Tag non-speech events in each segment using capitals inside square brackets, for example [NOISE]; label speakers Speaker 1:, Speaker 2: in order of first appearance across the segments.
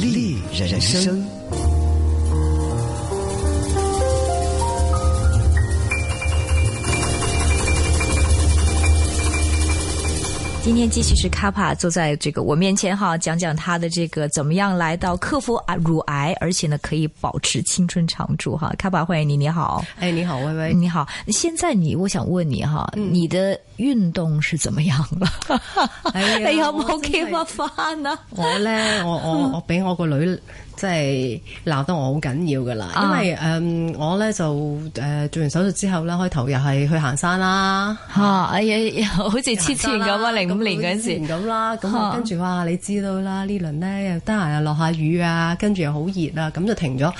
Speaker 1: 人生。
Speaker 2: 今天继续是卡帕坐在这个我面前哈，讲讲他的这个怎么样来到克服啊乳癌，而且呢可以保持青春常驻哈。卡帕，欢迎你，你好，
Speaker 3: 哎，你好，微微，
Speaker 2: 你好。现在你，我想问你哈，你的运动是怎么样了？
Speaker 3: 哎呀
Speaker 2: 你有
Speaker 3: 我
Speaker 2: 冇
Speaker 3: 真
Speaker 2: 企
Speaker 3: 係
Speaker 2: 乜翻啊？
Speaker 3: 我咧，我
Speaker 2: [LAUGHS]
Speaker 3: 我我俾我個女即係鬧得我好緊要噶啦，
Speaker 2: 啊
Speaker 3: 因為誒、嗯我咧就誒、呃做完手術之後咧，開頭又係去行山啦。
Speaker 2: 吓，哎呀，好似黐線咁啊！零五年嗰陣
Speaker 3: 時
Speaker 2: 時，
Speaker 3: 咁啦，咁
Speaker 2: 啊
Speaker 3: 啊跟住哇，你知道啦，呢輪咧又得閒又落下雨啊，跟住又好熱啊，咁就停咗。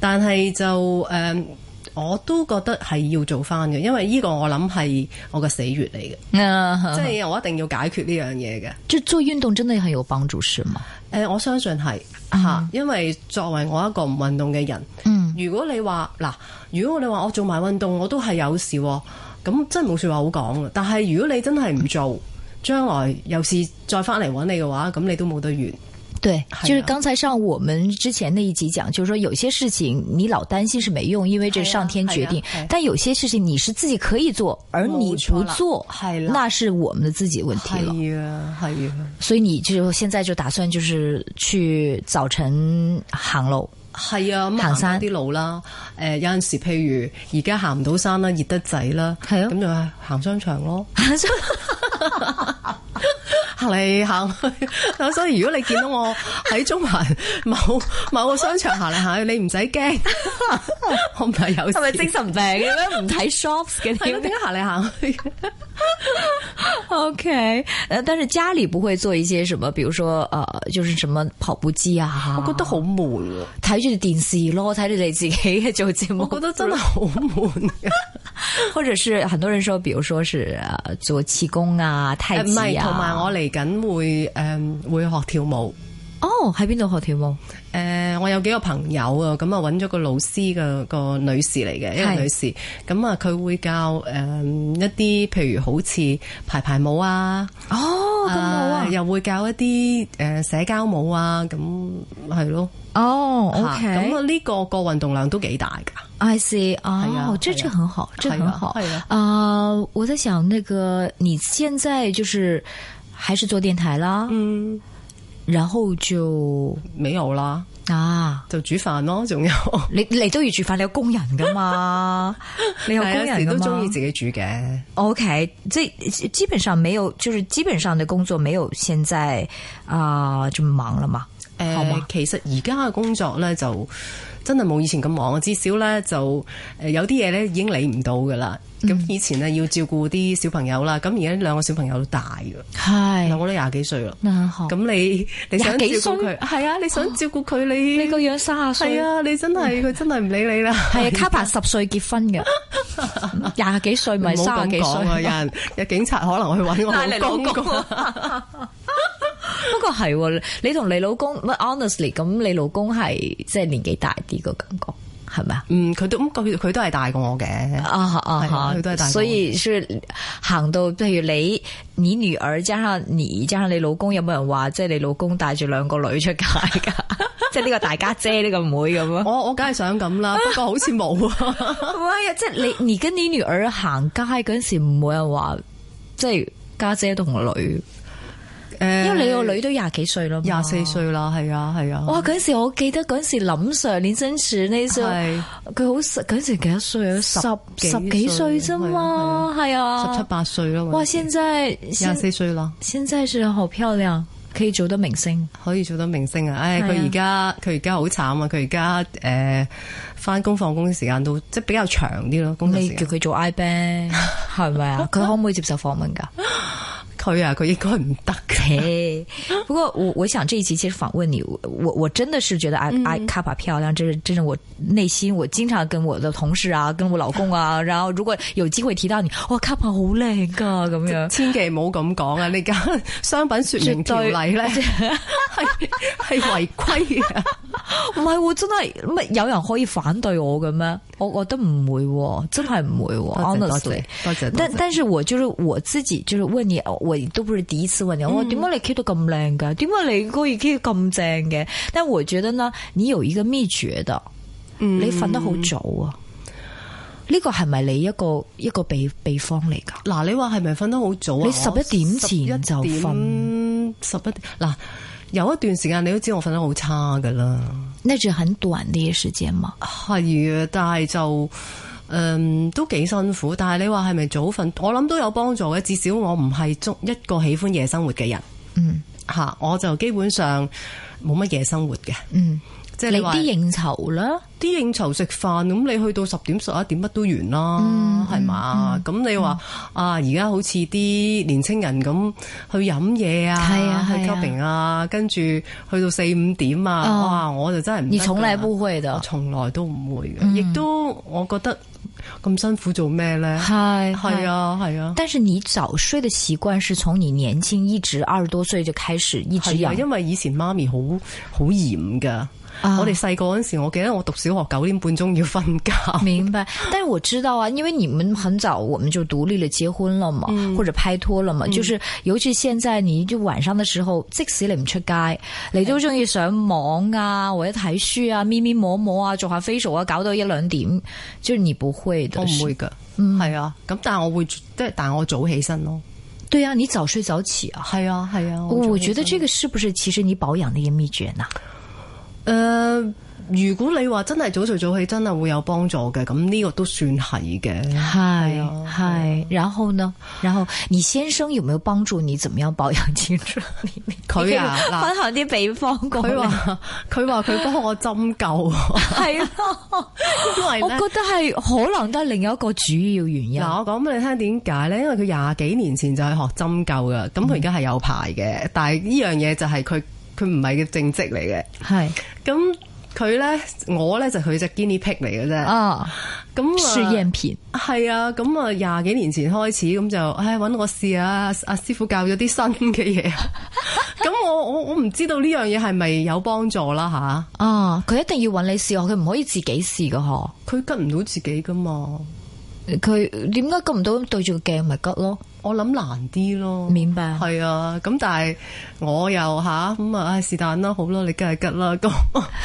Speaker 3: 但係就誒、嗯我都覺得係要做翻嘅，因為呢個我諗係我嘅死穴嚟嘅，
Speaker 2: 嗯，
Speaker 3: 即係我一定要解決呢樣嘢嘅。
Speaker 2: 就做运动真的很有帮助，是吗？
Speaker 3: 誒、呃我相信係嚇，因為作為我一個唔運動嘅人，
Speaker 2: 嗯
Speaker 3: 如果你話嗱，如果你話我哦做埋運動我都係有事喎，咁真係冇説話好講嘅。啊但係如果你真係唔做，將來有事再翻嚟揾你嘅話，咁你都冇得完。
Speaker 2: 对，
Speaker 3: 啊
Speaker 2: 就是刚才上我们之前那一集讲，就是说有些事情你老担心是没用，因为这是上天决定；
Speaker 3: 是啊是啊
Speaker 2: 但有些事情你是自己可以做，而你不做，
Speaker 3: 冇错啦是啦
Speaker 2: 那是我们的自己问题了。
Speaker 3: 係啊，係啊，
Speaker 2: 所以你就现在就打算就是去早晨行路，
Speaker 3: 係啊，咁
Speaker 2: 行山
Speaker 3: 多啲路啦。誒、有陣時譬如而家行唔到山啦，熱得滯啦，
Speaker 2: 係啊
Speaker 3: 咁就行商場咯。 [LAUGHS] 行嚟行去，所以如果你見到我喺中環某某個商場行嚟行去，你唔使
Speaker 2: [LAUGHS]
Speaker 3: 驚，我唔係有事。
Speaker 2: 神病嘅咩？唔 [LAUGHS] 睇 shops 嘅
Speaker 3: 係咯點解行嚟行去？
Speaker 2: [LAUGHS] ？OK，呃，但是家里不会做一些什么，比如说呃，就是什么跑步机啊，
Speaker 3: 我覺得好悶喎，
Speaker 2: 睇住電視咯，睇住你自己嘅做節目
Speaker 3: 我。覺得真係好悶嘅。
Speaker 2: 或者是很多人说，比如说是呃做气功啊、太
Speaker 3: 誒唔
Speaker 2: 极
Speaker 3: 係，
Speaker 2: 啊，
Speaker 3: 同埋我嚟緊會誒、會學跳舞。
Speaker 2: 哦喺边度学跳舞？
Speaker 3: 誒、呃我有幾個朋友啊，咁啊揾咗個老師嘅個女士嚟嘅，一
Speaker 2: 係
Speaker 3: 個女士，咁啊佢會教誒、呃一啲譬如好似排排舞啊。
Speaker 2: 哦
Speaker 3: 啊又會教一啲誒、呃社交舞啊，咁係咯。
Speaker 2: 哦
Speaker 3: 嚇咁啊
Speaker 2: ，OK，
Speaker 3: 呢個個運動量都幾大㗎。
Speaker 2: I see，
Speaker 3: 係啊
Speaker 2: 哦，这
Speaker 3: 係啊
Speaker 2: 这很好，这很好
Speaker 3: 係啊。
Speaker 2: 啊！我在想，那个你现在就是还是做电台啦，
Speaker 3: 嗯，
Speaker 2: 然后就
Speaker 3: 美有啦，
Speaker 2: 啊，
Speaker 3: 就煮飯咯，仲有
Speaker 2: 你你都要住飯，你有工人
Speaker 3: [LAUGHS]
Speaker 2: 噶嘛，你有工
Speaker 3: 但係有時
Speaker 2: 人噶
Speaker 3: 啊都中
Speaker 2: 嘛
Speaker 3: 意自己煮嘅。
Speaker 2: OK，这基本上没有，就是基本上的工作没有现在啊、这么忙了嘛？
Speaker 3: 誒、
Speaker 2: 好嘛
Speaker 3: 其實而家嘅工作咧就真係冇以前咁忙，至少咧就誒、有啲嘢咧已經理唔到㗎啦。咁、以前咧要照顧啲小朋友啦，咁而家兩個小朋友都大㗎，
Speaker 2: 嗨
Speaker 3: 兩個都廿幾歲啦。
Speaker 2: 那很好。
Speaker 3: 咁你你想照
Speaker 2: 廿幾歲
Speaker 3: 顧佢，係啊，你想照顧佢，你
Speaker 2: 你個樣卅歲
Speaker 3: 係，啊，你真係佢真係唔理你啦。
Speaker 2: 係啊，卡帕十歲結婚 [LAUGHS] 嘅，廿幾歲咪
Speaker 3: 唔好
Speaker 2: 卅
Speaker 3: 咁
Speaker 2: 幾
Speaker 3: 講啊！有
Speaker 2: 歲。
Speaker 3: 人有警察可能去揾我
Speaker 2: 拉你
Speaker 3: 老
Speaker 2: 老
Speaker 3: 公
Speaker 2: 公
Speaker 3: 㗎。
Speaker 2: [LAUGHS] 不過係喎，你同你老公唔係 honestly 咁，你老公係即係年紀大啲個感覺係咪啊？
Speaker 3: [LAUGHS] 嗯，佢都咁佢佢都係大過我嘅。
Speaker 2: 啊
Speaker 3: 係啊
Speaker 2: 啊
Speaker 3: 佢都係大
Speaker 2: 哈！
Speaker 3: 我
Speaker 2: 所以是行到，譬如你你女兒加上你加上你老公，有冇人話即係你老公帶住兩個女出街㗎？ [LAUGHS] 即係呢個大家姐呢個妹咁啊？
Speaker 3: 我我梗係想咁啦，不過好似冇啊。 [LAUGHS]
Speaker 2: 喂呀！即係你你跟你女兒行街嗰陣時，唔會有人話即係家姐同個女，
Speaker 3: 誒
Speaker 2: 因為你個女都廿幾歲啦嘛，
Speaker 3: 廿四。歲啦，係啊係啊。
Speaker 2: 哇！嗰陣時我記得嗰陣時林 Sir 連身時呢時
Speaker 3: 係
Speaker 2: 佢好細嗰陣時幾多歲啊？十
Speaker 3: 幾
Speaker 2: 十幾歲啫嘛，係啊，
Speaker 3: 十七八歲啦，
Speaker 2: 哇！現在
Speaker 3: 廿
Speaker 2: 現
Speaker 3: 四歲啦，
Speaker 2: 現在是好漂亮，可以做到明星。
Speaker 3: 可以做到明星啊！唉，
Speaker 2: 係啊
Speaker 3: 佢而家佢而家好慘啊！佢而家誒翻工放工嘅時間都即係比較長啲咯，工作時
Speaker 2: 你
Speaker 3: 間
Speaker 2: 叫。佢做
Speaker 3: [LAUGHS]
Speaker 2: I band 係咪啊？佢可唔可以接受訪問㗎？
Speaker 3: 佢啊，佢應該唔
Speaker 2: [LAUGHS]
Speaker 3: 得嘅。
Speaker 2: 嘿，不过我我想这一期其实访问你，我我真的是觉得阿
Speaker 3: 嗯
Speaker 2: 阿卡帕漂亮，这是真是我内心，我经常跟我的同
Speaker 3: [LAUGHS]
Speaker 2: 事啊，跟我老公啊，然后如果有机会提到你，哇，卡帕好靓噶
Speaker 3: [LAUGHS]
Speaker 2: 咁样。
Speaker 3: 千祈唔好咁講啊！你而家 [LAUGHS]
Speaker 2: [LAUGHS]
Speaker 3: 商品説明條例咧係係違規嘅，
Speaker 2: 唔係喎，真係乜有人可以反對我嘅咩？我覺得唔會喎，真係唔會
Speaker 3: 多
Speaker 2: 喎
Speaker 3: 謝多
Speaker 2: ，honestly
Speaker 3: 謝。多謝，多
Speaker 2: 但
Speaker 3: 謝
Speaker 2: 但是我就是我自己，就是問你，我都不是第一次問你，
Speaker 3: 嗯
Speaker 2: 我點解你 Q 到咁靚㗎？點解你可以 Q 到咁正嘅？但我覺得呢，你有一個秘訣的，
Speaker 3: 嗯
Speaker 2: 你瞓得好早啊。呢個係咪你一個一個秘秘方嚟㗎？
Speaker 3: 嗱，你話係咪瞓得好早啊？
Speaker 2: 你11點前就瞓，
Speaker 3: 十一點嗱，有一段時間你都知我瞓得好差噶啦，
Speaker 2: 那只很短的一個時間嘛。
Speaker 3: 係啊，但係就。誒、嗯、都幾辛苦，但係你話係咪早瞓？我諗都有幫助嘅，至少我唔係中一個喜歡夜生活嘅人
Speaker 2: 嗯
Speaker 3: 嚇、我就基本上冇乜夜生活嘅，
Speaker 2: 嗯，
Speaker 3: 即係
Speaker 2: 你
Speaker 3: 你話
Speaker 2: 啲應酬啦，
Speaker 3: 啲應酬食飯，咁你去到十點十一點乜都完
Speaker 2: 嗯
Speaker 3: 啦，係嘛？咁你話啊，而家好似啲年青人咁去飲嘢啊，
Speaker 2: 係啊
Speaker 3: 去
Speaker 2: 係啊
Speaker 3: clubbing 啊，跟住去到四五點啊，
Speaker 2: 哦
Speaker 3: 哇！我就真係唔得㗎
Speaker 2: 你從來嗯不會
Speaker 3: 我
Speaker 2: 的。
Speaker 3: 從來都唔會嘅，亦都我覺得咁辛苦做咩咧？
Speaker 2: 係
Speaker 3: 係。啊，係啊。
Speaker 2: 但是你早睡的習慣是從你年輕一直二十多歲就開始一直
Speaker 3: 係
Speaker 2: 有
Speaker 3: 啊，。因為以前媽咪好好嚴噶。
Speaker 2: 啊
Speaker 3: 我哋細個嗰陣時，我記得我讀小學九點半鐘要瞓 [LAUGHS]
Speaker 2: [LAUGHS]
Speaker 3: 覺。
Speaker 2: 明白，但是我知道啊，因为你们很早我们就独立了，结婚了嘛，
Speaker 3: 嗯
Speaker 2: 或者拍拖了嘛，就是尤其现在你就晚上的时候，即使你唔出街，你都中意上網
Speaker 3: 嗯
Speaker 2: 啊，或者睇書啊，咪咪摸摸啊，做下 facial 啊，搞到一兩點，就是你不會的，
Speaker 3: 我唔會
Speaker 2: 是，
Speaker 3: 噶，
Speaker 2: 嗯
Speaker 3: 係啊，咁但係我會即係，但係我早起身咯，
Speaker 2: 对啊，你早睡早起啊，
Speaker 3: 係啊係啊，
Speaker 2: 我
Speaker 3: 我
Speaker 2: 觉
Speaker 3: 覺
Speaker 2: 得
Speaker 3: 得
Speaker 2: 这个是不是其实你保養的一個秘訣啊呢？
Speaker 3: 誒，如果你話真係早睡早起，真係會有幫助嘅，咁呢個都算係嘅。
Speaker 2: 嗨
Speaker 3: 啊
Speaker 2: 嗨，然後呢？然後你先生有沒有幫助你怎麼樣保養青春？
Speaker 3: 佢啊
Speaker 2: 你可以
Speaker 3: 嗱
Speaker 2: 分享啲秘方過
Speaker 3: 佢
Speaker 2: 嚟。
Speaker 3: 話佢話佢幫我針灸，
Speaker 2: [LAUGHS]
Speaker 3: [LAUGHS]
Speaker 2: 係咯，
Speaker 3: 因為
Speaker 2: 我
Speaker 3: 咧。
Speaker 2: 覺得係可能都係另一個主要原因。
Speaker 3: 嗱，我講俾你聽點解咧？因為佢廿幾年前就係學針灸噶，咁佢而家係有牌嘅，但係呢樣嘢就係佢佢唔係嘅正職嚟嘅。
Speaker 2: 係
Speaker 3: 咁佢咧，我咧就佢只 guinea pig 嚟嘅啫。
Speaker 2: 啊，
Speaker 3: 咁啊
Speaker 2: 試驗片
Speaker 3: 係啊，咁啊廿幾年前開始咁就，唉揾我試啊，阿師傅教咗啲新嘅嘢，啊
Speaker 2: [LAUGHS]
Speaker 3: 咁我我我唔知道呢樣嘢係咪有幫助啦
Speaker 2: 啊，佢一定要揾你試，佢唔可以自己試噶嗬。
Speaker 3: 吓，佢吉唔到自己噶嘛，
Speaker 2: 佢點解咁唔到對住個鏡咪吉咯？
Speaker 3: 我諗難啲咯。
Speaker 2: 明白。
Speaker 3: 係啊，咁但係我又吓咁啊，唉是但啦，好啦，你梗係吉啦，咁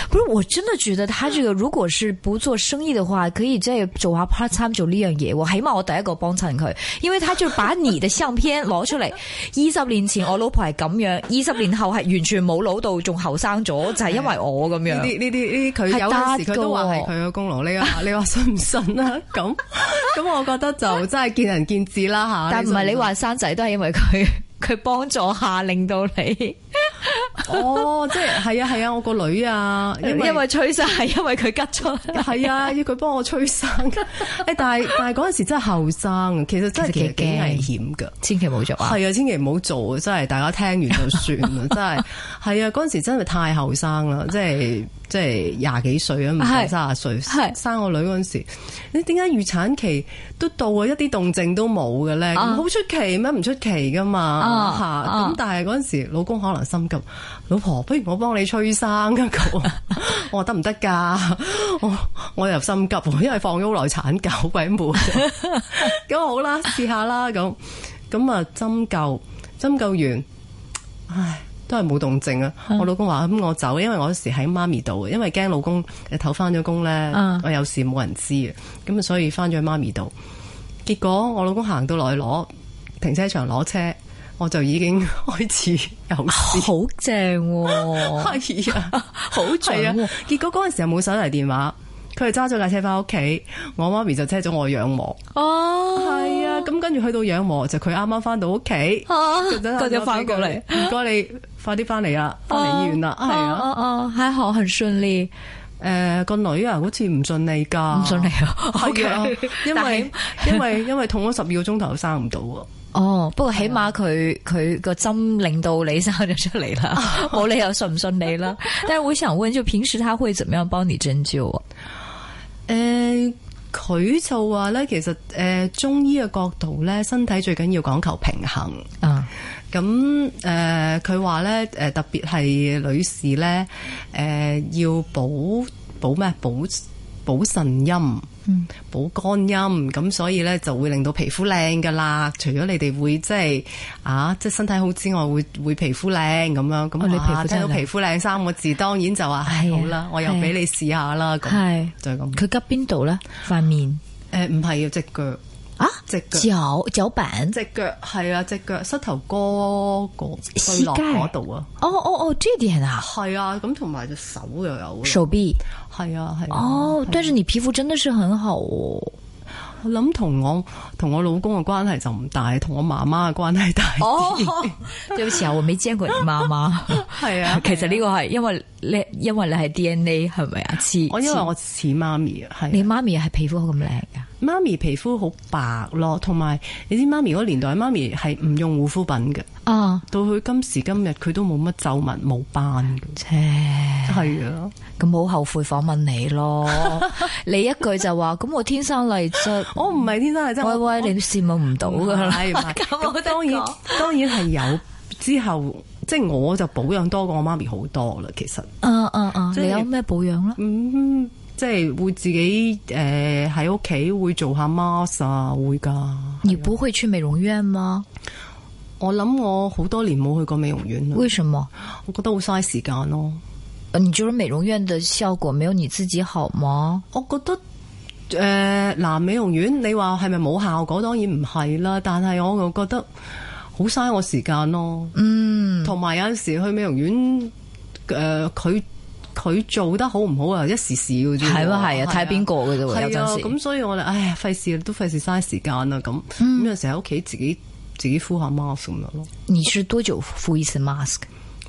Speaker 2: 不是，我真的覺得他這個如果是不做生意的話，可以即係做下 part time 做呢樣嘢喎。起碼我第一個幫襯佢，因為他就把你的相片攞出 [LAUGHS] 嚟。二十年前我老婆係咁樣，二十年後係完全冇老到，仲後生咗，就係、因為我咁
Speaker 3: 呢啲
Speaker 2: 樣。
Speaker 3: 呢啲呢啲佢有陣時佢都話係佢嘅功勞，你話你話信唔信啊？咁咁，我覺得就真係見仁見智啦吓。
Speaker 2: 但唔係
Speaker 3: 信
Speaker 2: 你
Speaker 3: 信
Speaker 2: 話生仔都係因為佢 [LAUGHS] 佢幫助下令到你，
Speaker 3: 哦，即係係啊係啊，我個女啊，因為
Speaker 2: 呃因。為趨勢係因為佢吉咗。 [LAUGHS]
Speaker 3: 係啊，要佢幫我催生。誒，但係但係嗰陣時真係後生，其實真係
Speaker 2: 其實幾
Speaker 3: 其實幾
Speaker 2: 驚
Speaker 3: 危險㗎。
Speaker 2: 千祈冇做啊！
Speaker 3: 係啊，千祈唔好做啊！真係大家聽完就算
Speaker 2: [LAUGHS]
Speaker 3: 啦，真係係啊！嗰陣時真係太後生啦，即係即係廿幾歲啊，唔
Speaker 2: 係
Speaker 3: 係卅歲
Speaker 2: 係
Speaker 3: 生我女嗰陣時，你點解預產期都到啊，一啲動靜都冇嘅咧？咁
Speaker 2: 啊
Speaker 3: 好出奇咩？唔出奇噶嘛
Speaker 2: 啊
Speaker 3: 嚇！
Speaker 2: 啊
Speaker 3: 咁但係嗰陣時，老公可能心急，老婆不如我幫你催生啊
Speaker 2: [LAUGHS]
Speaker 3: 咁，我話得唔得㗎？我我又心急喎，因為放咗好耐產假，好
Speaker 2: [LAUGHS]
Speaker 3: 鬼悶。咁好啦，試下啦咁，咁啊針灸，針灸完，唉，都係冇動靜啊！我老公話咁我走，因為我嗰時喺媽咪度，因為驚老公誒頭翻咗工咧
Speaker 2: 嗯，
Speaker 3: 我有事冇人知嘅，咁啊所以翻咗去媽咪度。結果我老公行到落去攞停車場攞車，我就已經開始有
Speaker 2: [LAUGHS]
Speaker 3: 事。
Speaker 2: 好正喎、 [LAUGHS]
Speaker 3: 係啊，
Speaker 2: 好
Speaker 3: 係
Speaker 2: 準
Speaker 3: 啊
Speaker 2: 喎、！
Speaker 3: 結果嗰陣時又冇手提電話，佢就揸咗架車翻屋企，我媽咪就車咗我去養和。
Speaker 2: 哦， [LAUGHS]
Speaker 3: 係啊，咁跟住去到養和就佢啱啱翻到屋企，
Speaker 2: 啊
Speaker 3: 佢
Speaker 2: [LAUGHS] 佢就翻過嚟，
Speaker 3: 啊唔該你快啲翻嚟啦，翻嚟醫院啦，係啊，
Speaker 2: 哦哦，還好，很順利，
Speaker 3: 誒個女啊，好似唔順利㗎，
Speaker 2: 唔順利啊
Speaker 3: 係啊
Speaker 2: OK，
Speaker 3: 因
Speaker 2: [LAUGHS] 但
Speaker 3: 為
Speaker 2: 係
Speaker 3: 因為因為痛咗十二個鐘頭生唔到喎，
Speaker 2: 哦，不過起碼佢佢個針令到你生咗出嚟啦，冇理由順唔順利啦。但係我想問，就平時他會怎麼樣幫你針灸啊？
Speaker 3: 誒。佢就話咧，其實誒、中醫嘅角度咧，身體最緊要講求平衡。
Speaker 2: 啊，
Speaker 3: 誒、咁誒佢話咧誒特別係女士咧誒、呃要補補咩補補腎陰。
Speaker 2: 嗯
Speaker 3: 補肝陰，咁所以咧就會令到皮膚靚噶啦。除咗你哋會即係啊，即係身體好之外，會會皮膚靚咁樣。咁、
Speaker 2: 哦你皮膚
Speaker 3: 啊聽
Speaker 2: 真
Speaker 3: 到
Speaker 2: 係靚
Speaker 3: 皮膚靚三個字，當然就話唉
Speaker 2: 係啊
Speaker 3: 好啦，我又
Speaker 2: 係啊
Speaker 3: 俾你試下啦。咁
Speaker 2: 係
Speaker 3: 就係咁。
Speaker 2: 佢急邊度咧？塊面
Speaker 3: 誒唔係啊，只腳
Speaker 2: 啊，
Speaker 3: 隻腳
Speaker 2: 腳腳板。
Speaker 3: 只腳係啊，只腳膝頭哥個對
Speaker 2: 膝
Speaker 3: 落
Speaker 2: 蓋
Speaker 3: 嗰度啊，
Speaker 2: 哦哦哦，这點啊，
Speaker 3: 係啊，咁同埋隻手又有啦，
Speaker 2: 手臂
Speaker 3: 係啊係啊。
Speaker 2: 哦，但是你皮膚真的是很好哦。
Speaker 3: 我諗同我同我老公嘅關係就唔大，同我媽媽嘅關係大。
Speaker 2: 哦，對唔起啊，我未見過你媽媽。
Speaker 3: 係 [LAUGHS] 啊，
Speaker 2: [LAUGHS] 其實呢個係因為你，因為你係 DNA 係咪啊？似
Speaker 3: 我因為
Speaker 2: 似
Speaker 3: 我似媽咪啊，係啊
Speaker 2: 你媽咪係皮膚咁靚噶，
Speaker 3: 媽咪皮膚好白咯，同埋你知媽咪嗰個年代，媽咪係唔用護膚品嘅，
Speaker 2: 啊，
Speaker 3: 到佢今時今日佢都冇乜皺紋冇斑嘅，
Speaker 2: 切，
Speaker 3: 係啊，
Speaker 2: 咁好後悔訪問你
Speaker 3: [LAUGHS]
Speaker 2: 咯。你一句就話，咁我天生麗質，
Speaker 3: 我唔係天生係真，
Speaker 2: 喂
Speaker 3: 我
Speaker 2: 喂，你羨慕唔到
Speaker 3: 唔
Speaker 2: 噶啦。
Speaker 3: [LAUGHS] 係唔係
Speaker 2: [LAUGHS] 咁
Speaker 3: 咁
Speaker 2: 我
Speaker 3: 當然
Speaker 2: 得講
Speaker 3: 當然係有之後，即係我就保養多過我媽咪好多啦，其實。
Speaker 2: 嗯嗯嗯，
Speaker 3: 即係
Speaker 2: 你有咩保養啦？
Speaker 3: 嗯，即係會自己誒喺屋企會做下 mask 啊，會㗎。
Speaker 2: 你不會去美容院嗎？
Speaker 3: 我諗我好多年冇去過美容院啦，
Speaker 2: 為什麼？
Speaker 3: 我覺得好嘥時間咯。
Speaker 2: 呃你覺得美容院的效果沒有你自己好嗎？
Speaker 3: 我覺得。誒嗱、美容院你話係咪冇效果？當然唔係啦，但係我又覺得好嘥我時間咯。
Speaker 2: 嗯，
Speaker 3: 同埋有陣時去美容院，誒佢佢做得好唔好啊？一時時嘅啫喎。
Speaker 2: 係啊係啊，睇邊個嘅啫喎，有
Speaker 3: 係啊，
Speaker 2: 陣時。
Speaker 3: 咁所以我哋唉費事都費事嘥時間啦，咁
Speaker 2: 嗯
Speaker 3: 咁有時喺屋企自己自己敷下 mask 咁樣咯。
Speaker 2: 你是多久敷一次 mask？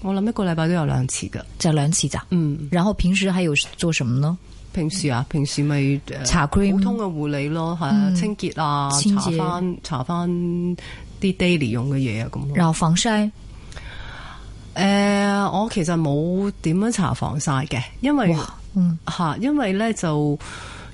Speaker 3: 我諗一個禮拜都有兩次噶。
Speaker 2: 就兩次咋？
Speaker 3: 嗯，
Speaker 2: 然後平時還有做什麼呢？
Speaker 3: 平時啊，平時咪呃
Speaker 2: 搽嗯 cream 嗯
Speaker 3: 普通嘅護理咯，係啊，清潔啊，
Speaker 2: 清
Speaker 3: 搽
Speaker 2: 潔
Speaker 3: 翻搽翻啲 daily 用嘅嘢啊，咁咯。
Speaker 2: 然後防曬，
Speaker 3: 誒、
Speaker 2: 嗯
Speaker 3: 我其實冇點樣搽防曬嘅，因為
Speaker 2: 哇，嗯，
Speaker 3: 嚇，因為咧就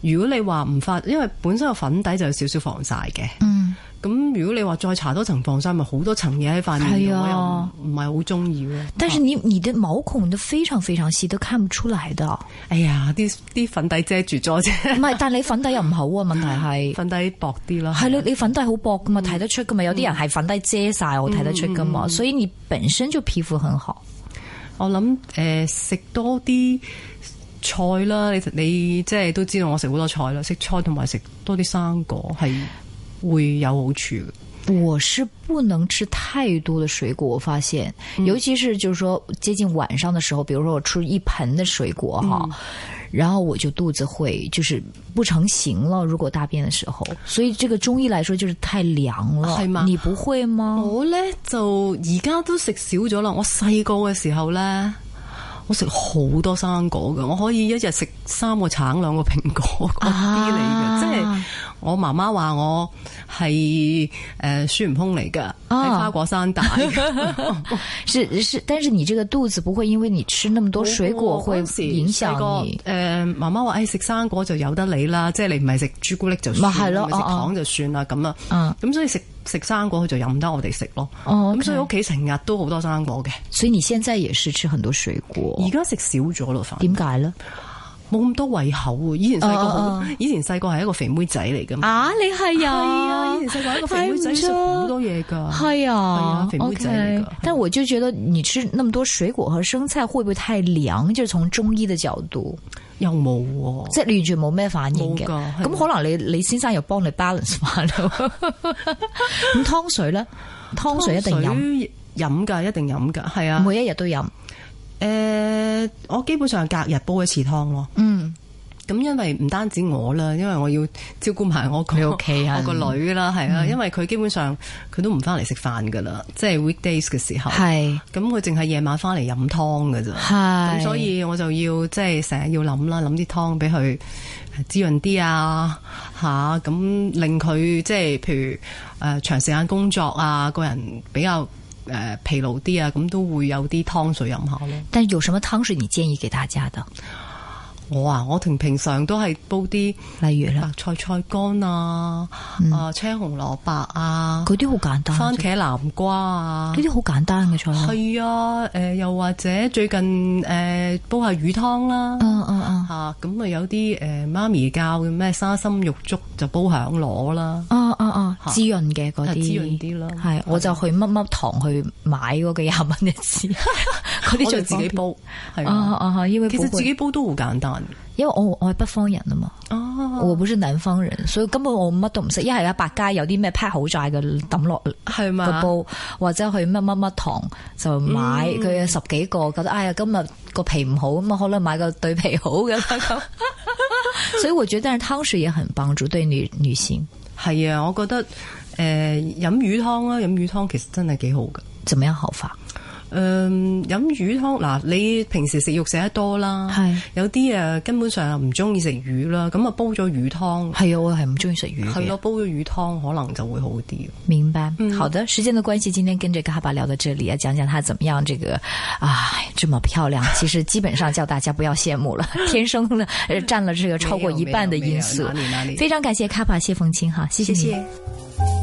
Speaker 3: 如果你話唔發，因為本身個粉底就有少少防曬嘅，
Speaker 2: 嗯，
Speaker 3: 咁如果你話再搽多層防曬，咪好多層嘢喺塊面
Speaker 2: 係
Speaker 3: 度，
Speaker 2: 啊
Speaker 3: 我又唔唔係好中意咯。
Speaker 2: 但是你你的毛孔都非常非常細，都看不出來
Speaker 3: [LAUGHS]
Speaker 2: 的。
Speaker 3: 哎呀，啲啲粉底遮住咗啫，
Speaker 2: [LAUGHS] 唔係，但你粉底又唔好啊，問題係。
Speaker 3: 粉底啊嗯薄啲啦。
Speaker 2: 係咯，你粉底好薄噶嘛，睇得出噶嘛。有啲人係粉底遮晒，我睇得出
Speaker 3: 嗯
Speaker 2: 噶嘛。所以你本身就皮膚很好。
Speaker 3: 我諗誒食多啲菜啦，你你即係都知道我食好多菜啦，食菜同埋食多啲生果係會有好處嘅。
Speaker 2: 我是不能吃太多的水果，我发现，尤其是就是说接近晚上的时候，比如说我吃一盆的水果哈，然后我就肚子会就是不成形了，如果大便的时候，所以这个中医来说就是太凉了，
Speaker 3: 是吗哦
Speaker 2: 你不会吗？
Speaker 3: 我呢，就而家都食少咗啦。我細個嘅時候呢，我食好多生果嘅，我可以一日食三個橙兩個蘋果 [LAUGHS] 嗰啲嚟嘅，
Speaker 2: 啊
Speaker 3: 即係我媽媽話我係誒孫悟空嚟嘅，喺花果山大嘅。
Speaker 2: 是是，但是你这个肚子不会因为你吃那么多哦水
Speaker 3: 哦
Speaker 2: 果会影响你
Speaker 3: 誒、。媽媽話：，誒哎食生果就由得你啦，即係你唔係食朱古力就算，
Speaker 2: 咪係咯
Speaker 3: 唔係食
Speaker 2: 哦哦
Speaker 3: 糖就算啦咁啊。
Speaker 2: 嗯
Speaker 3: 咁所以食食生果佢就任得我哋食咯。咁
Speaker 2: 哦 OK
Speaker 3: 所以屋企成日都好多生果嘅，
Speaker 2: 所以你现在也是吃很多水果
Speaker 3: 而，家食少咗咯，反而
Speaker 2: 点解呢？
Speaker 3: 冇咁多胃口喎。以前細個
Speaker 2: 哦
Speaker 3: 好
Speaker 2: 哦，
Speaker 3: 以前細個係一個肥妹仔嚟噶嘛。
Speaker 2: 啊，你係
Speaker 3: 啊，以前細個係一個肥妹仔食好多嘢㗎。
Speaker 2: 系啊
Speaker 3: 啊肥妹仔嚟㗎
Speaker 2: OK，但我就觉得你吃那么多水果和生菜會唔會太涼？就是從中醫嘅角度，
Speaker 3: 又冇喎。
Speaker 2: 即係你完全冇咩反應嘅。
Speaker 3: 冇㗎係
Speaker 2: 咁可能你你先生又幫你 balance 翻
Speaker 3: [LAUGHS]
Speaker 2: 咯。咁湯水咧，湯水一定飲，
Speaker 3: 飲飲㗎，一定飲㗎，係啊。
Speaker 2: 每一日都飲。
Speaker 3: 誒、呃我基本上隔日煲一次湯咯。
Speaker 2: 嗯，
Speaker 3: 咁因為唔單止我啦，因為我要照顧埋我個
Speaker 2: 你屋企人嗯
Speaker 3: 我個女啦，係啊，因為佢基本上佢都唔翻嚟食飯噶啦，即係 weekdays 嘅時候，
Speaker 2: 係
Speaker 3: 咁佢淨係夜晚翻嚟飲湯噶咋，
Speaker 2: 係。
Speaker 3: 咁所以我就要即係成日要諗啦，諗啲湯俾佢滋潤啲啊，吓、咁令佢即係譬如誒、呃、長時間工作啊，個人比較誒、呃疲勞啲啊，咁都會有啲湯水飲下咯。
Speaker 2: 但有什麼湯水你建議給大家的？
Speaker 3: 我啊，我同平常都係煲啲
Speaker 2: 例如
Speaker 3: 白
Speaker 2: 啦，
Speaker 3: 菜菜乾啊，啊青紅蘿蔔啊，
Speaker 2: 嗰啲好簡單，
Speaker 3: 番
Speaker 2: 呢
Speaker 3: 茄南瓜啊。
Speaker 2: 啲好簡單嘅菜啦。
Speaker 3: 係啊，誒、又或者最近誒、煲下魚湯啦，
Speaker 2: 嗯嗯嗯，
Speaker 3: 嚇咁啊有啲誒、媽咪教嘅咩沙參肉粥就煲響螺啦，
Speaker 2: 哦哦哦，
Speaker 3: 嚇
Speaker 2: 滋潤嘅嗰
Speaker 3: 啊
Speaker 2: 啲，
Speaker 3: 滋潤啲啦
Speaker 2: 係，我就去乜乜堂去買嗰幾廿蚊一
Speaker 3: [LAUGHS]
Speaker 2: 支，嗰啲
Speaker 3: 我就
Speaker 2: 最
Speaker 3: 自己煲，係
Speaker 2: 方便。啊
Speaker 3: 啊，
Speaker 2: 啊啊！因為
Speaker 3: 其
Speaker 2: 不
Speaker 3: 實
Speaker 2: 會
Speaker 3: 自己煲都好簡單
Speaker 2: 因為我我係北方人啊嘛，
Speaker 3: 哦
Speaker 2: 我本身南方人，所以根本我乜都唔識。一係喺百佳有啲咩 pack 好晒嘅抌落
Speaker 3: 係
Speaker 2: 個
Speaker 3: 嘛？
Speaker 2: 煲，或者去乜乜乜堂就買
Speaker 3: 嗯
Speaker 2: 佢有十幾個，覺得哎呀今日個皮唔好咁啊，可能買個對皮好嘅啦
Speaker 3: [LAUGHS]
Speaker 2: 咁。所以我覺得，但是湯水也很幫助對女女性，
Speaker 3: 係啊，我覺得誒、飲魚湯啦，飲魚湯其實真係幾好㗎。
Speaker 2: 怎麼樣好法？
Speaker 3: 誒、嗯飲魚湯嗱，你平時食肉食得多啦，
Speaker 2: 係
Speaker 3: 有啲誒根本上唔中意食魚啦，咁啊煲咗魚湯，
Speaker 2: 係啊，我係唔啊中意食魚
Speaker 3: 係
Speaker 2: 嘅。
Speaker 3: 咯，煲咗魚湯可能就會好啲。
Speaker 2: 明白，
Speaker 3: 嗯
Speaker 2: 好的，时间的关系，今天跟这个哈巴聊到这里啊，讲讲她怎么样这个，唉，这么
Speaker 3: [LAUGHS]
Speaker 2: 漂亮，其实基本上叫大家不要羡慕了，天生的呃占了这个超过一半的因素
Speaker 3: 没有没有没有哪里哪里
Speaker 2: 非常感谢卡巴谢凤清哈，谢谢你。
Speaker 3: 谢谢。